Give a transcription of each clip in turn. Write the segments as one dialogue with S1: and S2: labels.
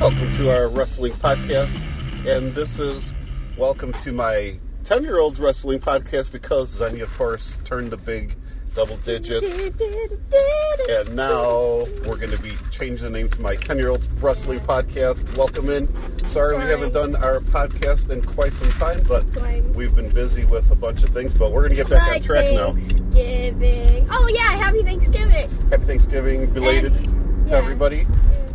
S1: welcome to our wrestling podcast. And this is welcome to my 10 year old's wrestling podcast because Zenny, of course, turned the big double digits. And now we're going to be changing the name to my 10 year old's wrestling podcast. Welcome in. Sorry, we
S2: Sorry.
S1: haven't done our podcast in quite some time, but
S2: Fine.
S1: we've been busy with a bunch of things. But we're going to get back on
S2: Like
S1: track now.
S2: Thanksgiving. Oh yeah, happy Thanksgiving.
S1: Happy Thanksgiving belated to
S2: yeah.
S1: everybody.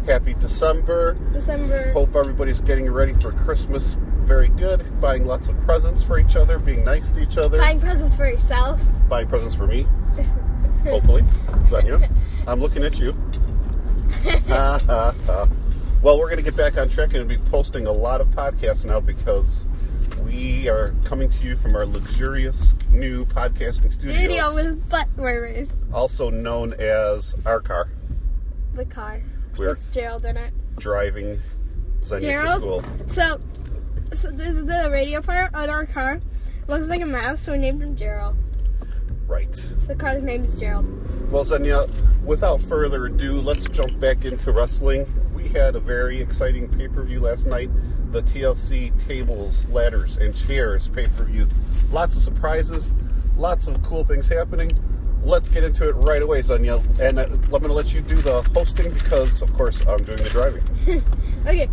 S1: Happy December.
S2: December.
S1: Hope everybody's getting ready for Christmas very good, buying lots of presents for each other, being nice to each other,
S2: Buying presents for yourself.
S1: buying presents for me, hopefully. Sonia, I'm looking at you. Ah, ah, ah. well, we're going to get back on track and be posting a lot of podcasts now because we are coming to you from our luxurious new podcasting studios,
S2: Video with butt warmers.
S1: also known as our car.
S2: The car
S1: We're
S2: with Gerald in it.
S1: driving Xenia to
S2: Gerald?
S1: school.
S2: So, so this is the radio part on our car. Looks like a mouse, so we named him Gerald.
S1: Right.
S2: So the car's name is Gerald.
S1: Well, Zenya, without further ado, let's jump back into wrestling. We had a very exciting pay per view last night the TLC Tables, Ladders, and Chairs pay per view. Lots of surprises, lots of cool things happening. Let's get into it right away, Zenya. And uh, I'm going to let you do the hosting because, of course, I'm doing the driving.
S2: Okay.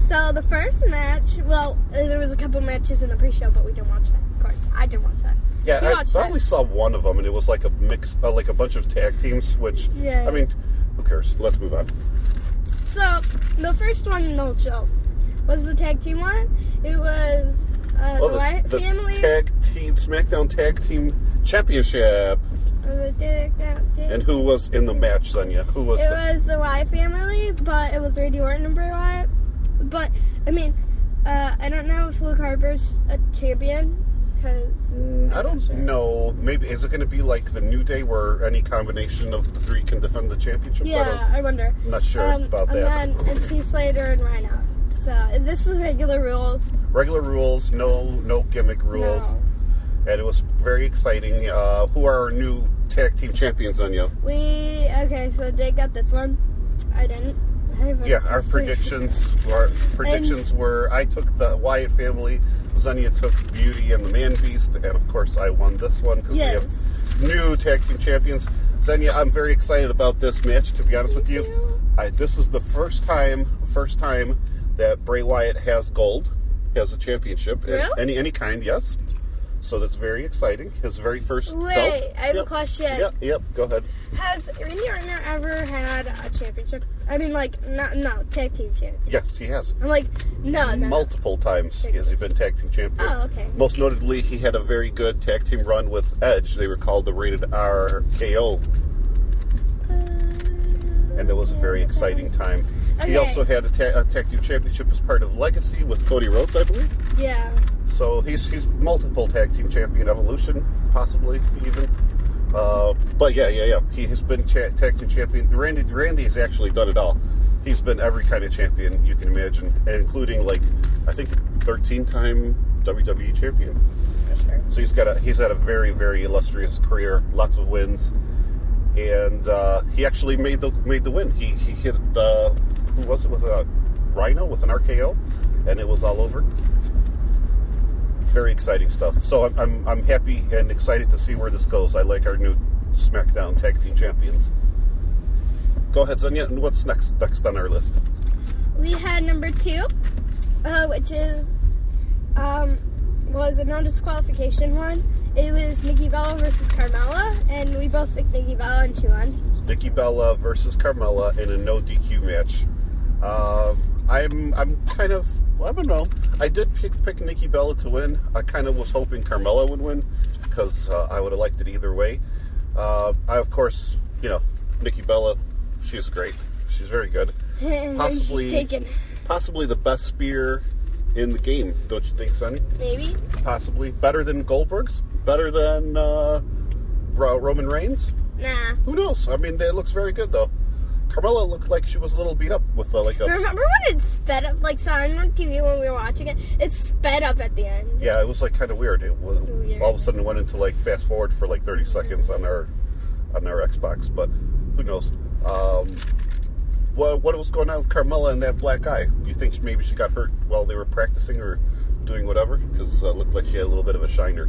S2: So the first match, well, uh, there was a couple matches in the pre-show, but we didn't watch that. Of course, I didn't watch that. You
S1: Yeah,
S2: watched
S1: I,
S2: that.
S1: I only saw one of them, and it was like a mix, uh, like a bunch of tag teams, which,
S2: Yeah.
S1: I mean, who cares? Let's move on.
S2: So the first one in the whole show was the tag team one. It was uh,
S1: Well,
S2: the, Wyatt family.
S1: Tag team SmackDown Tag Team Championship.
S2: Uh, the tag- tag- tag-
S1: And who was in the match, Sonya? Who was?
S2: it
S1: the,
S2: was the Wyatt family, but it was Randy Orton and Bray Wyatt. But I mean, uh, I don't know if Luke Harper's a champion because
S1: Mm, I don't know. Maybe is it going to be like the New Day, where any combination of the three can defend the championships? I
S2: yeah,
S1: don't,
S2: I wonder.
S1: I'm not sure
S2: um,
S1: about
S2: and
S1: that.
S2: then it's Heath Slater and Rhino. So this was regular rules.
S1: Regular rules, no, no gimmick rules,
S2: No.
S1: and it was very exciting. Uh, who are our new tag team champions, Sonya?
S2: We okay. So Jake got this one. I didn't. I haven't
S1: Yeah, our
S2: tested.
S1: predictions. Our predictions were: I took the Wyatt family, Zania took Beauty and the Man Beast, and of course, I won this one because
S2: Yes.
S1: we have new tag team champions. Zania, I'm very excited about this match. To be honest with you,
S2: too.
S1: I, this is the first time, first time that Bray Wyatt has gold, has a championship, and
S2: Really?
S1: any any kind. Yes. So that's very exciting. His very first.
S2: Wait,
S1: belt.
S2: I have a
S1: Yep.
S2: question.
S1: Yep, yep. Go ahead.
S2: Has Randy Orton ever had a championship? I mean, like, not no tag team champion.
S1: Yes, he has.
S2: I'm like, no, no. no.
S1: Multiple times has he been tag team champion.
S2: Oh, okay.
S1: Most notably, he had a very good tag team run with Edge. They were called the Rated R KO, and it was a very exciting time.
S2: Okay.
S1: He also had a, ta- a tag team championship as part of Legacy with Cody Rhodes, I believe.
S2: Yeah.
S1: So he's he's multiple tag team champion, Evolution, possibly even. Uh, but yeah, yeah, yeah. He has been cha- tag team champion. Randy Randy has actually done it all. He's been every kind of champion you can imagine, including like I think 13 time WWE champion.
S2: For sure.
S1: So he's got a he's had a very very illustrious career, lots of wins, and uh, he actually made the made the win. He he hit uh, who was it with a Rhino with an RKO, and it was all over. Very exciting stuff. So I'm I'm, I'm happy and excited to see where this goes. I like our new SmackDown Tag Team Champions. Go ahead, Sonya. and What's next next on our list?
S2: We had number two, uh, which is um, was a non disqualification one. It was Nikki Bella versus Carmella, and we both picked Nikki Bella, and she won.
S1: Nikki Bella versus Carmella in a no DQ match. Um, I'm I'm kind of I don't know. I did pick pick Nikki Bella to win. I kind of was hoping Carmella would win because uh, I would have liked it either way. Uh, I of course you know Nikki Bella, she's great. She's very good.
S2: And
S1: Possibly-
S2: she's taken.
S1: Possibly the best spear in the game, don't you think, Sonny?
S2: Maybe.
S1: Possibly better than Goldberg's, better than uh, Ro- Roman Reigns.
S2: Nah.
S1: Who knows? I mean, it looks very good though. Carmella looked like she was a little beat up with uh, like a
S2: Remember when it sped up? Like, so on TV when we were watching it, it sped up at the end.
S1: yeah. It was like kind of weird. It was
S2: It's weird.
S1: all of a sudden it went into like fast forward for like thirty seconds on our on our Xbox, but who knows? Um, what what was going on with Carmella and that black eye? You think she- maybe she got hurt while they were practicing or doing whatever? Because uh, it looked like she had a little bit of a shiner.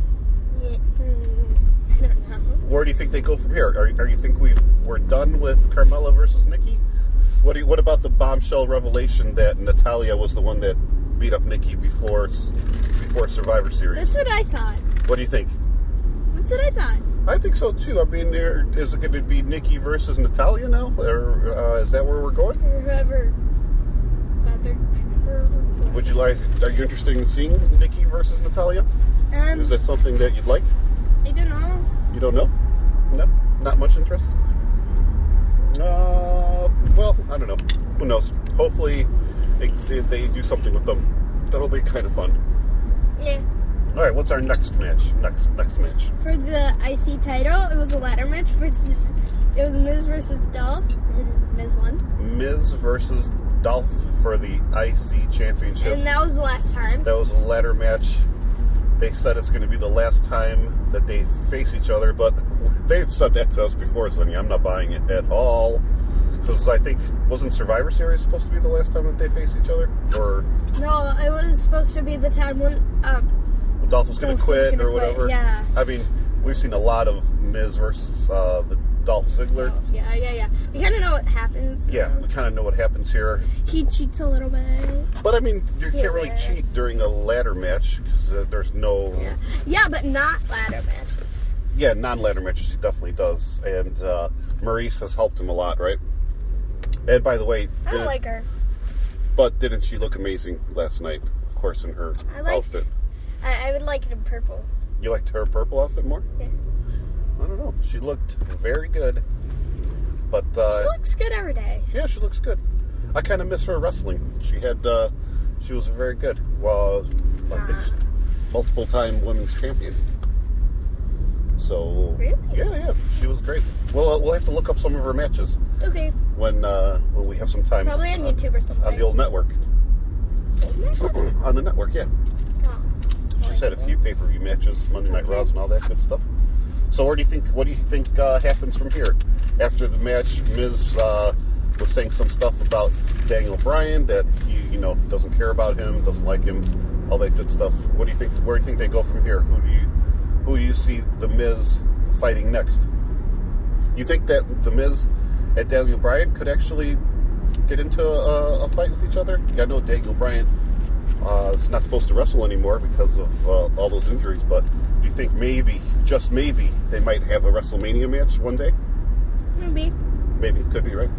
S2: Yeah. Hmm, I don't know.
S1: Where do you think they go from here? Are, are you think we we're done with Carmella versus Nikki? What do you, what about the bombshell revelation that Natalia was the one that beat up Nikki before s- before Survivor Series?
S2: That's what I thought.
S1: What do you think?
S2: That's what I thought.
S1: I think so too. I mean, there, is it going to be Nikki versus Natalia now, or uh, is that where we're going?
S2: Or Whoever got their
S1: Would you like? Are you interested in seeing Nikki versus Natalia?
S2: um,
S1: Is that something that you'd like?
S2: I don't know.
S1: You don't know? No, not much interest. Uh, well, I don't know. Who knows? Hopefully, they, they, they do something with them. That'll be kind of fun.
S2: Yeah.
S1: All right, what's our next match? Next next match.
S2: For the IC title, it was a ladder match. Versus, it was Miz versus Dolph, and Miz won.
S1: Miz versus Dolph for the IC Championship.
S2: And that was the last time.
S1: That was a ladder match. They said it's going to be the last time that they face each other, but they've said that to us before, so I'm not buying it at all. Because I think wasn't Survivor Series supposed to be the last time that they face each other, or
S2: No, it was supposed to be the time when um,
S1: Dolph was going
S2: Dolph
S1: to
S2: was
S1: quit
S2: gonna
S1: or
S2: quit,
S1: whatever.
S2: yeah.
S1: I mean, we've seen a lot of Miz versus uh, the Dolph Ziggler.
S2: oh, yeah, yeah, yeah. We kind of know what happens.
S1: Yeah, we kind of know what happens here.
S2: He cheats a little bit.
S1: But I mean, you
S2: Yeah.
S1: can't really cheat during a ladder match because uh, there's no
S2: Yeah, yeah, but not ladder matches.
S1: yeah, non-ladder matches he definitely does, and uh, Maurice has helped him a lot, right? And by the way,
S2: I don't
S1: did-
S2: like her.
S1: but didn't she look amazing last night? Of course, in her
S2: I liked
S1: outfit.
S2: I, I would like it in purple.
S1: You liked her purple outfit more?
S2: Yeah.
S1: I don't know. She looked very good, but
S2: She
S1: uh,
S2: looks good every day.
S1: yeah, she looks good. I kind of miss her wrestling. She had, uh, she was very good. Well, I think
S2: Ah.
S1: she- multiple-time women's champion. So
S2: Really?
S1: yeah, yeah, she was great. Well, uh, we'll have to look up some of her matches.
S2: Okay,
S1: when uh, when we have some time.
S2: probably on
S1: uh,
S2: YouTube or something.
S1: on the old network.
S2: Oh,
S1: on the network, yeah. She's had a few pay per view matches, Monday Night Raws, and all that good stuff. So, where do you think? What do you think uh, happens from here? After the match, Miz uh, was saying some stuff about Daniel Bryan that he, you know, doesn't care about him, doesn't like him, all that good stuff. What do you think? Where do you think they go from here? Who do you who do you see the Miz fighting next? You think that the Miz and Daniel Bryan could actually get into a, a fight with each other? Yeah, I know Daniel Bryan uh, is not supposed to wrestle anymore because of uh, all those injuries, but do you think maybe, just maybe, they might have a WrestleMania match one day?
S2: Maybe.
S1: Maybe it could be, right?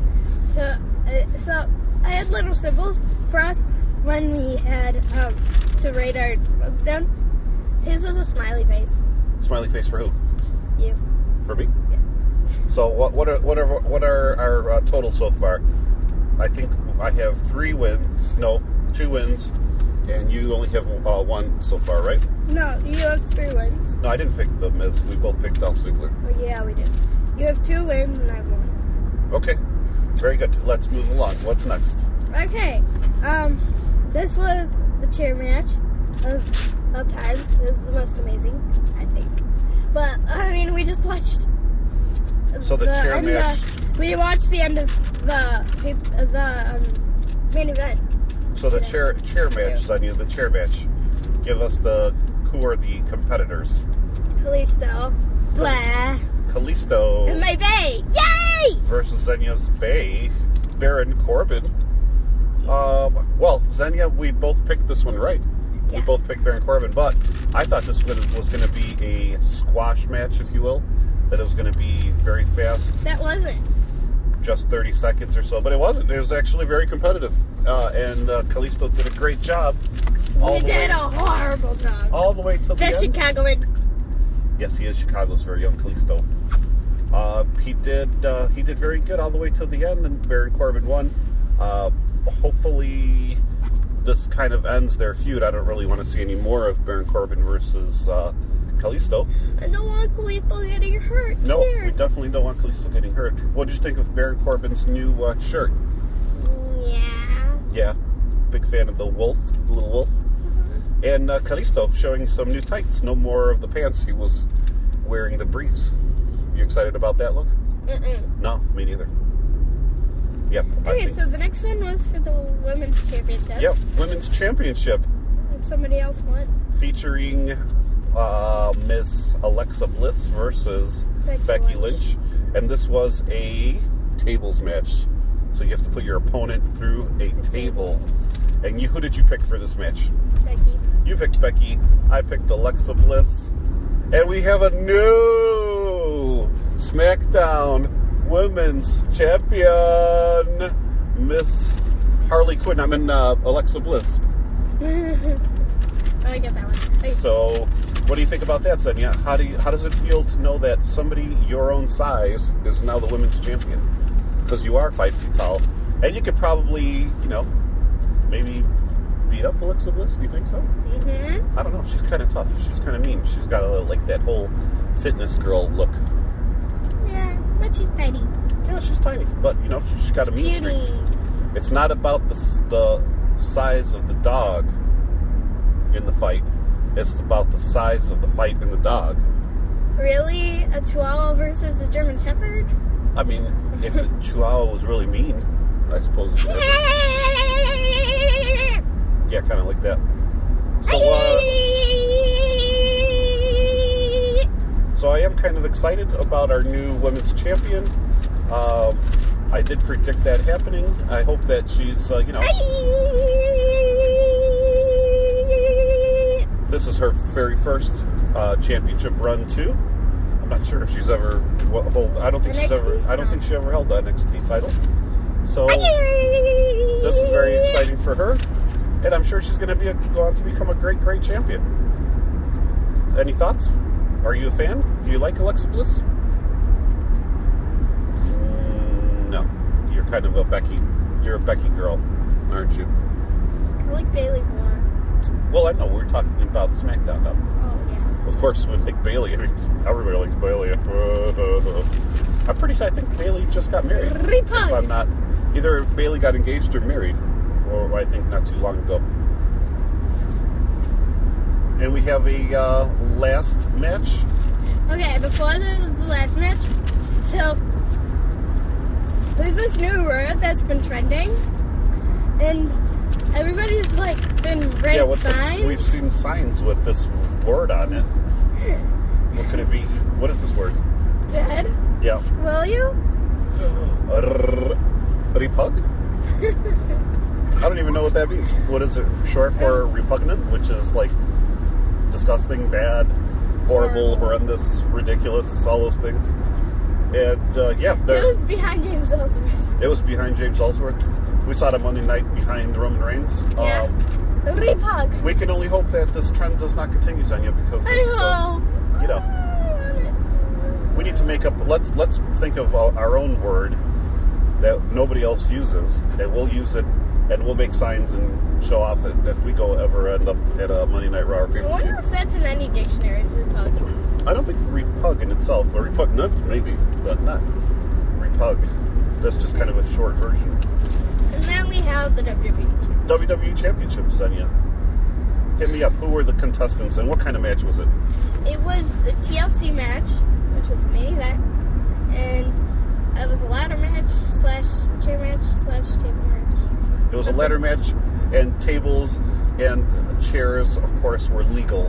S2: So, uh, so I had little symbols for us when we had um, to rate our votes down. His was a smiley face.
S1: Smiley face for who?
S2: You.
S1: For me?
S2: Yeah.
S1: So what what are what are what are our uh, totals so far? I think I have three wins. No, two wins, and you only have uh, one so far, right?
S2: No, you have three wins.
S1: No, I didn't pick the Miz. We both picked Dolph Ziggler.
S2: Oh, yeah, we did. You have two wins and I have one.
S1: Okay, very good. Let's move along. What's next?
S2: Okay. Um, this was the chair match of all time. It was the most amazing, I think. But I mean, we just watched.
S1: So the chair
S2: end
S1: match-
S2: of- we watched the end of the pay- uh, the um, main event.
S1: So the
S2: Yeah.
S1: chair chair match, Sonia. The chair match. Give us the who are the competitors?
S2: Callisto. Blah.
S1: Kalisto
S2: And my bay. Yay!
S1: versus Xenia's Bay, Baron Corbin. Um, well, Xenia, we both picked this one right.
S2: Yeah.
S1: We both picked Baron Corbin, but I thought this was going to be a squash match, if you will. That it was going to be very fast,
S2: That wasn't.
S1: just 30 seconds or so, but it wasn't. It was actually very competitive, uh, and uh, Kalisto did a great job. All
S2: you
S1: the
S2: did
S1: way,
S2: a horrible job.
S1: all the way till the
S2: that
S1: end.
S2: Chicagoan.
S1: Yes, he is Chicago's very own Kalisto. Uh, he did uh, he did very good all the way till the end, and Baron Corbin won. Uh, hopefully, this kind of ends their feud. I don't really want to see any more of Baron Corbin versus uh, Kalisto.
S2: I don't want Callisto getting hurt.
S1: No, we
S2: here.
S1: definitely don't want Kalisto getting hurt. What did you think of Baron Corbin's new uh, shirt?
S2: Yeah.
S1: Yeah, big fan of the wolf, the little wolf. And uh, Kalisto showing some new tights. No more of the pants. He was wearing
S2: Uh-uh.
S1: the briefs. You excited about that look?
S2: Mm-mm.
S1: No, me neither. Yep. I
S2: Okay,
S1: think-
S2: so the next one was for the women's championship.
S1: Yep, women's championship
S2: And somebody else won.
S1: featuring uh, Miss Alexa Bliss versus
S2: Becky
S1: Becky, Lynch. and this was a tables match. So you have to put your opponent through a table. And you, who did you pick for this match?
S2: Becky.
S1: You picked Becky. I picked Alexa Bliss. And we have a new SmackDown Women's Champion, Miss Harley Quinn. I'm in uh, Alexa Bliss.
S2: Oh, I get that one. Okay.
S1: So, what do you think about that, Sonia? How do you, how does it feel to know that somebody your own size is now the women's champion? Because you are five feet tall, and you could probably, you know, maybe beat up Alexa Bliss. Do you think so?
S2: hmm
S1: I don't know. She's kind of tough. She's kind of mean. She's got a, like that whole fitness girl look.
S2: Yeah, but she's tiny.
S1: Yeah, she's tiny, but you know, she's got a mean streak.
S2: Beauty.
S1: It's not about the, s- the size of the dog in the fight. It's about the size of the fight in the dog.
S2: Really? A chihuahua versus a German shepherd?
S1: I mean, if the Chihuahua was really mean, I suppose. It would. Yeah, kind of like that. So, uh, so I am kind of excited about our new women's champion. Um, I did predict that happening. I hope that she's, uh, you know, this is her very first uh, championship run too. I'm not sure if she's ever what, hold. I don't think she's
S2: NXT?
S1: ever. I don't
S2: No.
S1: think she ever held the NXT title. So. This is very exciting for her, and I'm sure she's going to be a, go on to become a great, great champion. Any thoughts? Are you a fan? Do you like Alexa Bliss? Mm, no, you're kind of a Becky. You're a Becky girl, aren't you?
S2: I like Bailey more.
S1: Well, I know we're talking about SmackDown now.
S2: Oh yeah.
S1: Of course, we like Bailey. I mean, everybody likes Bailey. I'm pretty sure. I think Bailey just got married. If I'm
S2: Repug.
S1: not, either Bailey got engaged or married, or I think not too long ago. And we have a uh, last match.
S2: Okay, before that was the last match. So there's this new word that's been trending, and everybody's like been writing
S1: the-
S2: signs.
S1: we've seen signs with this word on it. What could it be? What is this word?
S2: Dead?
S1: Yeah.
S2: Will you?
S1: Repug? I don't even know what that means. What is it short for repugnant, which is like disgusting, bad,
S2: Horrible.
S1: horrible, horrendous, ridiculous, all those things. And uh, yeah,
S2: It
S1: there,
S2: was behind James Ellsworth.
S1: it was behind James Ellsworth. We saw it on Monday night behind Roman Reigns.
S2: Yeah.
S1: Um,
S2: Repug.
S1: we can only hope that this trend does not continue, Zanya, because
S2: I
S1: it's, uh,
S2: hope.
S1: you know. we need to make up let's let's think of uh, our own word that nobody else uses and we'll use it and we'll make signs and show off it if we go ever end up at a Monday Night Raw.
S2: I
S1: or
S2: wonder
S1: pay-per-view.
S2: if that's in any dictionaries. Repug.
S1: I don't think repug in itself, but repugnant maybe, but not repug. That's just kind of a short version.
S2: And then we have the WWE.
S1: WWE Championship, Xenia. Hit me up. Who were the contestants and what kind of match was it?
S2: It was the TLC match, which was the main event, and it was a ladder match slash chair match slash table match.
S1: It was a ladder match, and tables and chairs, of course, were legal,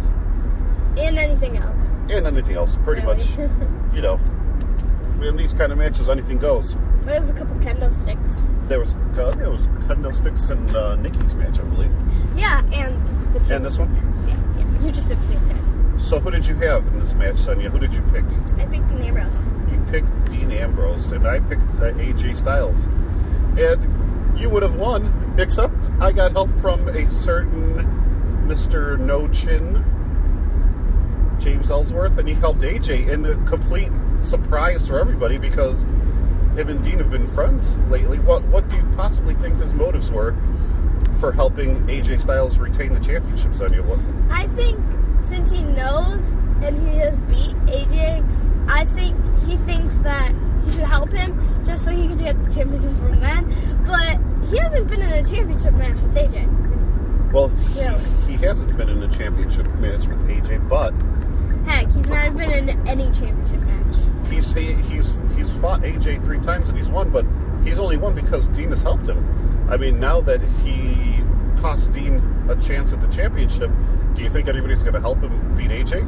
S2: And anything else.
S1: and anything else, pretty
S2: really.
S1: much. you know, in these kind of matches, anything goes.
S2: there was a couple kendo sticks.
S1: There was uh, there was Kendo Sticks and uh, Nikki's match, I believe.
S2: Yeah, and the table
S1: And this one?
S2: match. Yeah, yeah. You just have seen that.
S1: So who did you have in this match, Sonya? Who did you pick?
S2: I picked the neighbors.
S1: You picked Dean Ambrose, and I picked uh, AJ Styles. And you would have won, except I got help from a certain Mr. No Chin, James Ellsworth, and he helped AJ in a complete surprise for everybody because him and Dean have been friends lately. What what do you possibly think his motives were for helping AJ Styles retain the championship, Sonya? What,
S2: I think since he knows and he has beat AJ, I think he thinks that he should help him just so he could get the championship from then. But he hasn't been in a championship match with AJ.
S1: well, he-
S2: Yeah.
S1: he hasn't been in a championship match with AJ, but
S2: Heck, he's not been in any championship match.
S1: he's he, he's he's fought AJ three times and he's won, but he's only won because Dean has helped him. I mean, now that he cost Dean a chance at the championship, do you think anybody's going to help him beat AJ?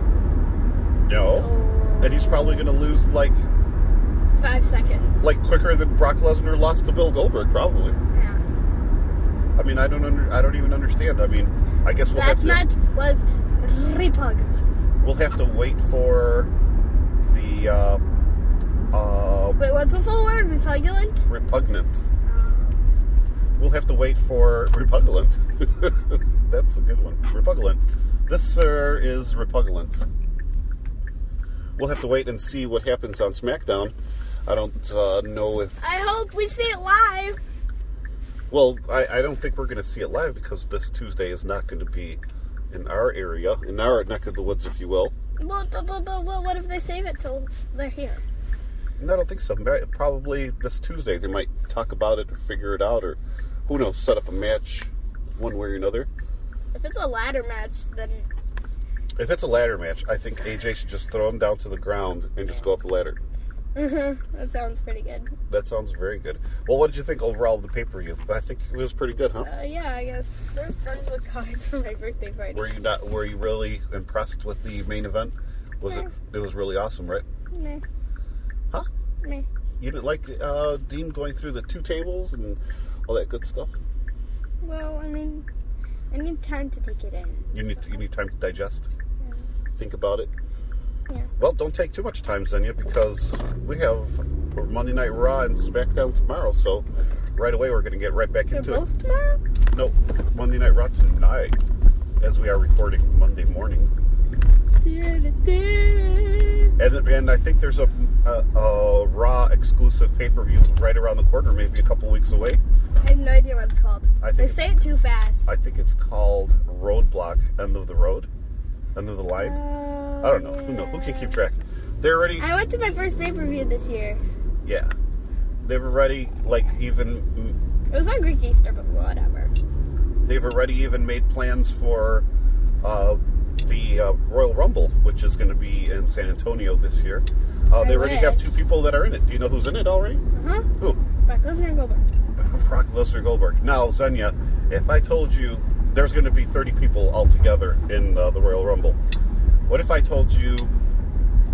S1: No. And he's probably going to lose like
S2: five seconds.
S1: like quicker than Brock Lesnar lost to Bill Goldberg, probably.
S2: Yeah.
S1: I mean, I don't under, I don't even understand. I mean, I guess we'll have
S2: Last
S1: to
S2: match was repug.
S1: we'll have to wait for the uh, uh,
S2: Wait, what's the full word? Repugnant?
S1: repugnant. We'll have to wait for repugnant. That's a good one. Repugnant. This sir is repugnant. We'll have to wait and see what happens on SmackDown. I don't uh, know if
S2: I hope we see it live.
S1: Well, I, I don't think we're going to see it live because this Tuesday is not going to be in our area, in our neck of the woods, if you will.
S2: Well, but, but, but, but what if they save it till they're here?
S1: And I don't think so. Ma- Probably this Tuesday they might talk about it or figure it out or who knows, set up a match one way or another.
S2: If it's a ladder match, then
S1: If it's a ladder match, I think AJ should just throw him down to the ground and just go up the ladder.
S2: Mm-hmm. that sounds pretty good.
S1: That sounds very good. Well, what did you think overall of the pay per view? I think it was pretty good, huh?
S2: Uh, yeah, I guess. They're friends with cards for my birthday party.
S1: Were you not? Were you really impressed with the main event? Was it? It was really awesome, right?
S2: Meh,
S1: Huh?
S2: meh.
S1: You didn't like uh, Dean going through the two tables and all that good stuff.
S2: Well, I mean, I need time to take it in.
S1: You need you need time to digest, think about it.
S2: Yeah.
S1: Well, don't take too much time, Zenya, because we have Monday Night Raw and SmackDown tomorrow. So right away we're going to get right back
S2: They're
S1: into
S2: both tomorrow?
S1: it. No, Monday Night Raw tonight, as we are recording Monday morning, and and I think there's a a, a Raw exclusive pay per view right around the corner, maybe a couple weeks away.
S2: I have no idea what it's called.
S1: I think
S2: they
S1: it's-
S2: say it too fast.
S1: I think it's called Roadblock, End of the Road, End of the Line. I don't know. Who know? Who can keep track? They're already,
S2: Uh, I went to my first pay per view this year.
S1: yeah. They've already like even
S2: It was on Greek Easter, but whatever.
S1: they've already even made plans for uh, the uh, Royal Rumble, which is going to be in San Antonio this year. Uh, they
S2: I
S1: already have
S2: wish.
S1: two people that are in it. Do you know who's in it already?
S2: Huh?
S1: Who?
S2: Brock Lesnar and Goldberg.
S1: Brock Lesnar Goldberg. Now, Zenya, if I told you there's going to be 30 people altogether in uh, the Royal Rumble, what if I told you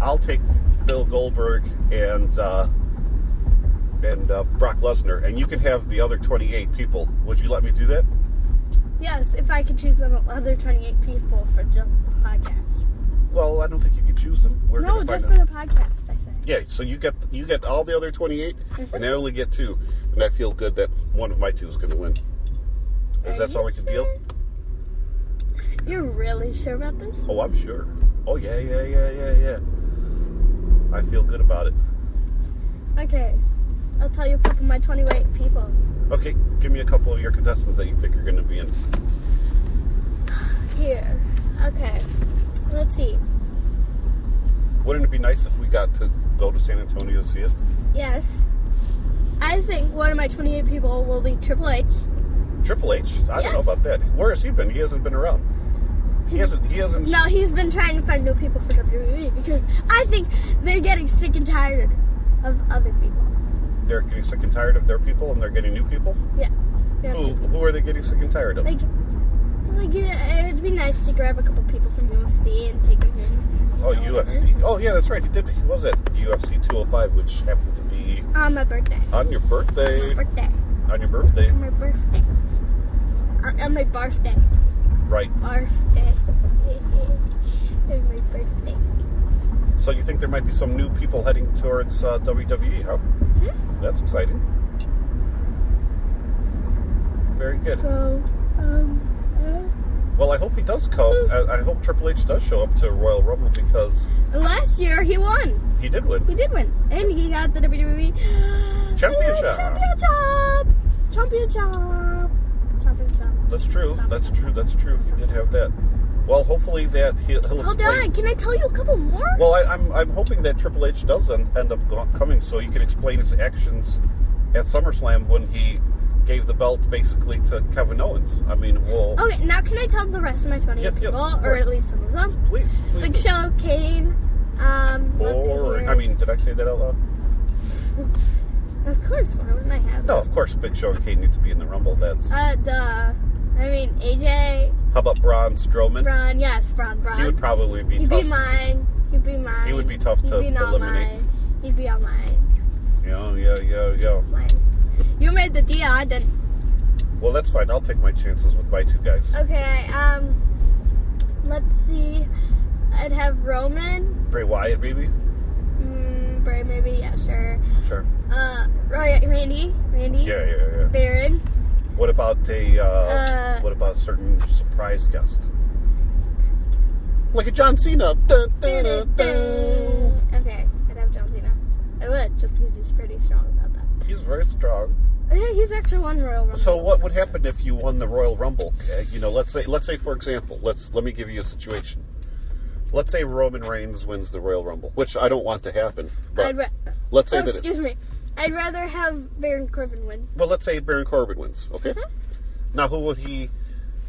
S1: I'll take Bill Goldberg and uh, and uh, Brock Lesnar, and you can have the other 28 people? Would you let me do that?
S2: Yes, if I could choose the other 28 people for just the podcast.
S1: Well, I don't think you could choose them. We're
S2: no,
S1: gonna find
S2: just
S1: out.
S2: for the podcast, I said.
S1: Yeah, so you get you get all the other 28,
S2: Mm-hmm.
S1: and I only get two, and I feel good that one of my two is going to win. Does
S2: Are
S1: that sound
S2: you
S1: like a deal?
S2: sure? You're really sure about this?
S1: Oh, I'm sure. Oh yeah, yeah, yeah, yeah, yeah. I feel good about it.
S2: Okay. I'll tell you a couple of my 28 people.
S1: Okay, give me a couple of your contestants that you think are going to be in.
S2: Here. Okay. Let's see.
S1: Wouldn't it be nice if we got to go to San Antonio to see it?
S2: Yes. I think one of my 28 people will be Triple H.
S1: Triple H. I don't know
S2: Yes.
S1: about that. Where has he been? He hasn't been around. He hasn't. He hasn't.
S2: No, he's been trying to find new people for WWE because I think they're getting sick and tired of other people.
S1: They're getting sick and tired of their people, and they're getting new people.
S2: Yeah. That's
S1: Who? Who are they getting sick and tired of?
S2: Like, like it, it'd be nice to grab a couple people from UFC and take them in.
S1: oh,
S2: know, whatever.
S1: UFC. Oh yeah, that's right. He did. He was at UFC 205, which happened to be
S2: On my birthday.
S1: on your birthday.
S2: Birthday.
S1: On your birthday,
S2: On my birthday. On, on my birthday.
S1: right?
S2: Birthday. on my birthday.
S1: So you think there might be some new people heading towards uh, WWE? Huh?
S2: Hmm?
S1: That's exciting. Very good.
S2: So, um,
S1: Well, I hope he does come. I, I hope Triple H does show up to Royal Rumble because
S2: uh, last year he won.
S1: he did win.
S2: He did win, and he got the WWE
S1: Championship.
S2: Championship. Championship. Championship.
S1: That's true. That's true. That's true. He did have that. Well, hopefully that he'll, he'll
S2: Hold
S1: explain.
S2: on, can I tell you a couple more?
S1: Well, I, I'm I'm hoping that Triple H does en- end up go- coming, so he can explain his actions at SummerSlam when he gave the belt basically to Kevin Owens. I mean, well,
S2: Okay, now can I tell the rest of my 28
S1: Yes, yes,
S2: people,
S1: of
S2: or
S1: course.
S2: at least some of them?
S1: please, please.
S2: Big Show, Kane, um, let's see
S1: Boring.
S2: here.
S1: I mean, did I say that out loud?
S2: Of course, why wouldn't I have?
S1: No, of course, Big Show and Kane need to be in the Rumble. That's
S2: it? Uh, duh. I mean, AJ,
S1: how about Braun Strowman?
S2: Braun, yes, Braun, Braun.
S1: He would probably be
S2: He'd
S1: tough.
S2: be mine. He'd be mine.
S1: He would be tough to
S2: He'd be not
S1: eliminate.
S2: Mine. He'd be on mine.
S1: Yo, yo, yo, yo.
S2: Mine. You made the deal. I didn't.
S1: Well, that's fine. I'll take my chances with my two guys.
S2: Okay. Um. Let's see. I'd have Roman.
S1: Bray Wyatt, maybe?
S2: Mm, Bray, maybe. Yeah, sure.
S1: Sure.
S2: Uh, Roy, Randy. Randy.
S1: Yeah, yeah, yeah.
S2: Baron.
S1: What about a uh,
S2: Uh,
S1: what about a certain surprise guest? Like a John Cena. Dun, dun, dun, dun.
S2: Okay. I'd have John Cena. I would just because he's pretty strong about that. Oh,
S1: He's very strong.
S2: Yeah, he's actually won Royal Rumble.
S1: So what would happen if you won the Royal Rumble? Uh, You know, let's say let's say for example, let's let me give you a situation. Let's say Roman Reigns wins the Royal Rumble, which I don't want to happen. But
S2: I'd ra-
S1: let's say
S2: Oh,
S1: that it,
S2: excuse me. I'd rather have Baron Corbin win.
S1: well, let's say Baron Corbin wins. Okay.
S2: Mm-hmm.
S1: Now, who would he?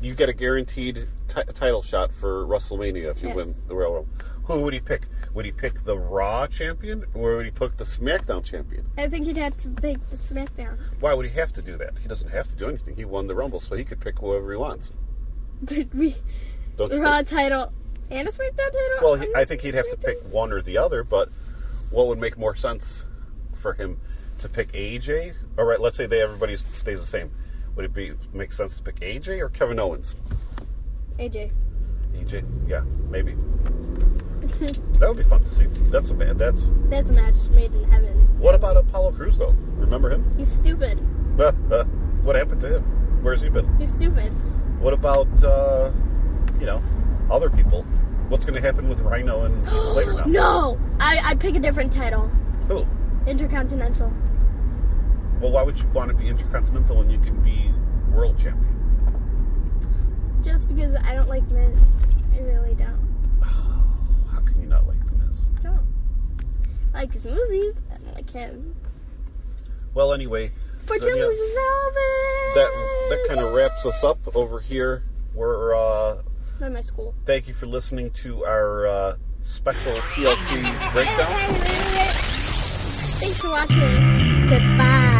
S1: You get a guaranteed ti title shot for WrestleMania if you
S2: Yes.
S1: win the Royal Rumble. Who would he pick? Would he pick the Raw champion or would he pick the SmackDown champion?
S2: I think he'd have to pick the SmackDown.
S1: Why would he have to do that? He doesn't have to do anything. He won the Rumble, so he could pick whoever he wants.
S2: Did we
S1: Don't you?
S2: Raw
S1: think?
S2: title and a SmackDown title?
S1: Well,
S2: I'm
S1: he,
S2: not
S1: I think he'd have to pick
S2: SmackDown.
S1: one or the other, but what would make more sense for him to pick AJ? All right, let's say they everybody stays the same. Would it be make sense to pick AJ or Kevin Owens?
S2: AJ.
S1: EJ, E yeah, maybe. that would be fun to see. That's a bad. That's
S2: That's a match made in heaven.
S1: what about Apollo Cruz though? Remember him?
S2: He's stupid.
S1: what happened to him? Where's he been?
S2: He's stupid.
S1: What about uh, you know other people? What's going to happen with Rhino and Slater now?
S2: no! I, I pick a different title.
S1: Who?
S2: Intercontinental.
S1: Well, why would you want to be intercontinental when you can be world champion?
S2: Just because I don't like Miz. I really don't.
S1: How can you not like the Miz?
S2: Don't. I like his movies. I don't like him.
S1: Well, anyway,
S2: For
S1: so, yeah,
S2: Julius Elvis!
S1: that that kind of wraps us up over here. We're uh,
S2: Not my school.
S1: Thank you for listening to our uh, special TLC breakdown.
S2: Thanks for watching. Goodbye.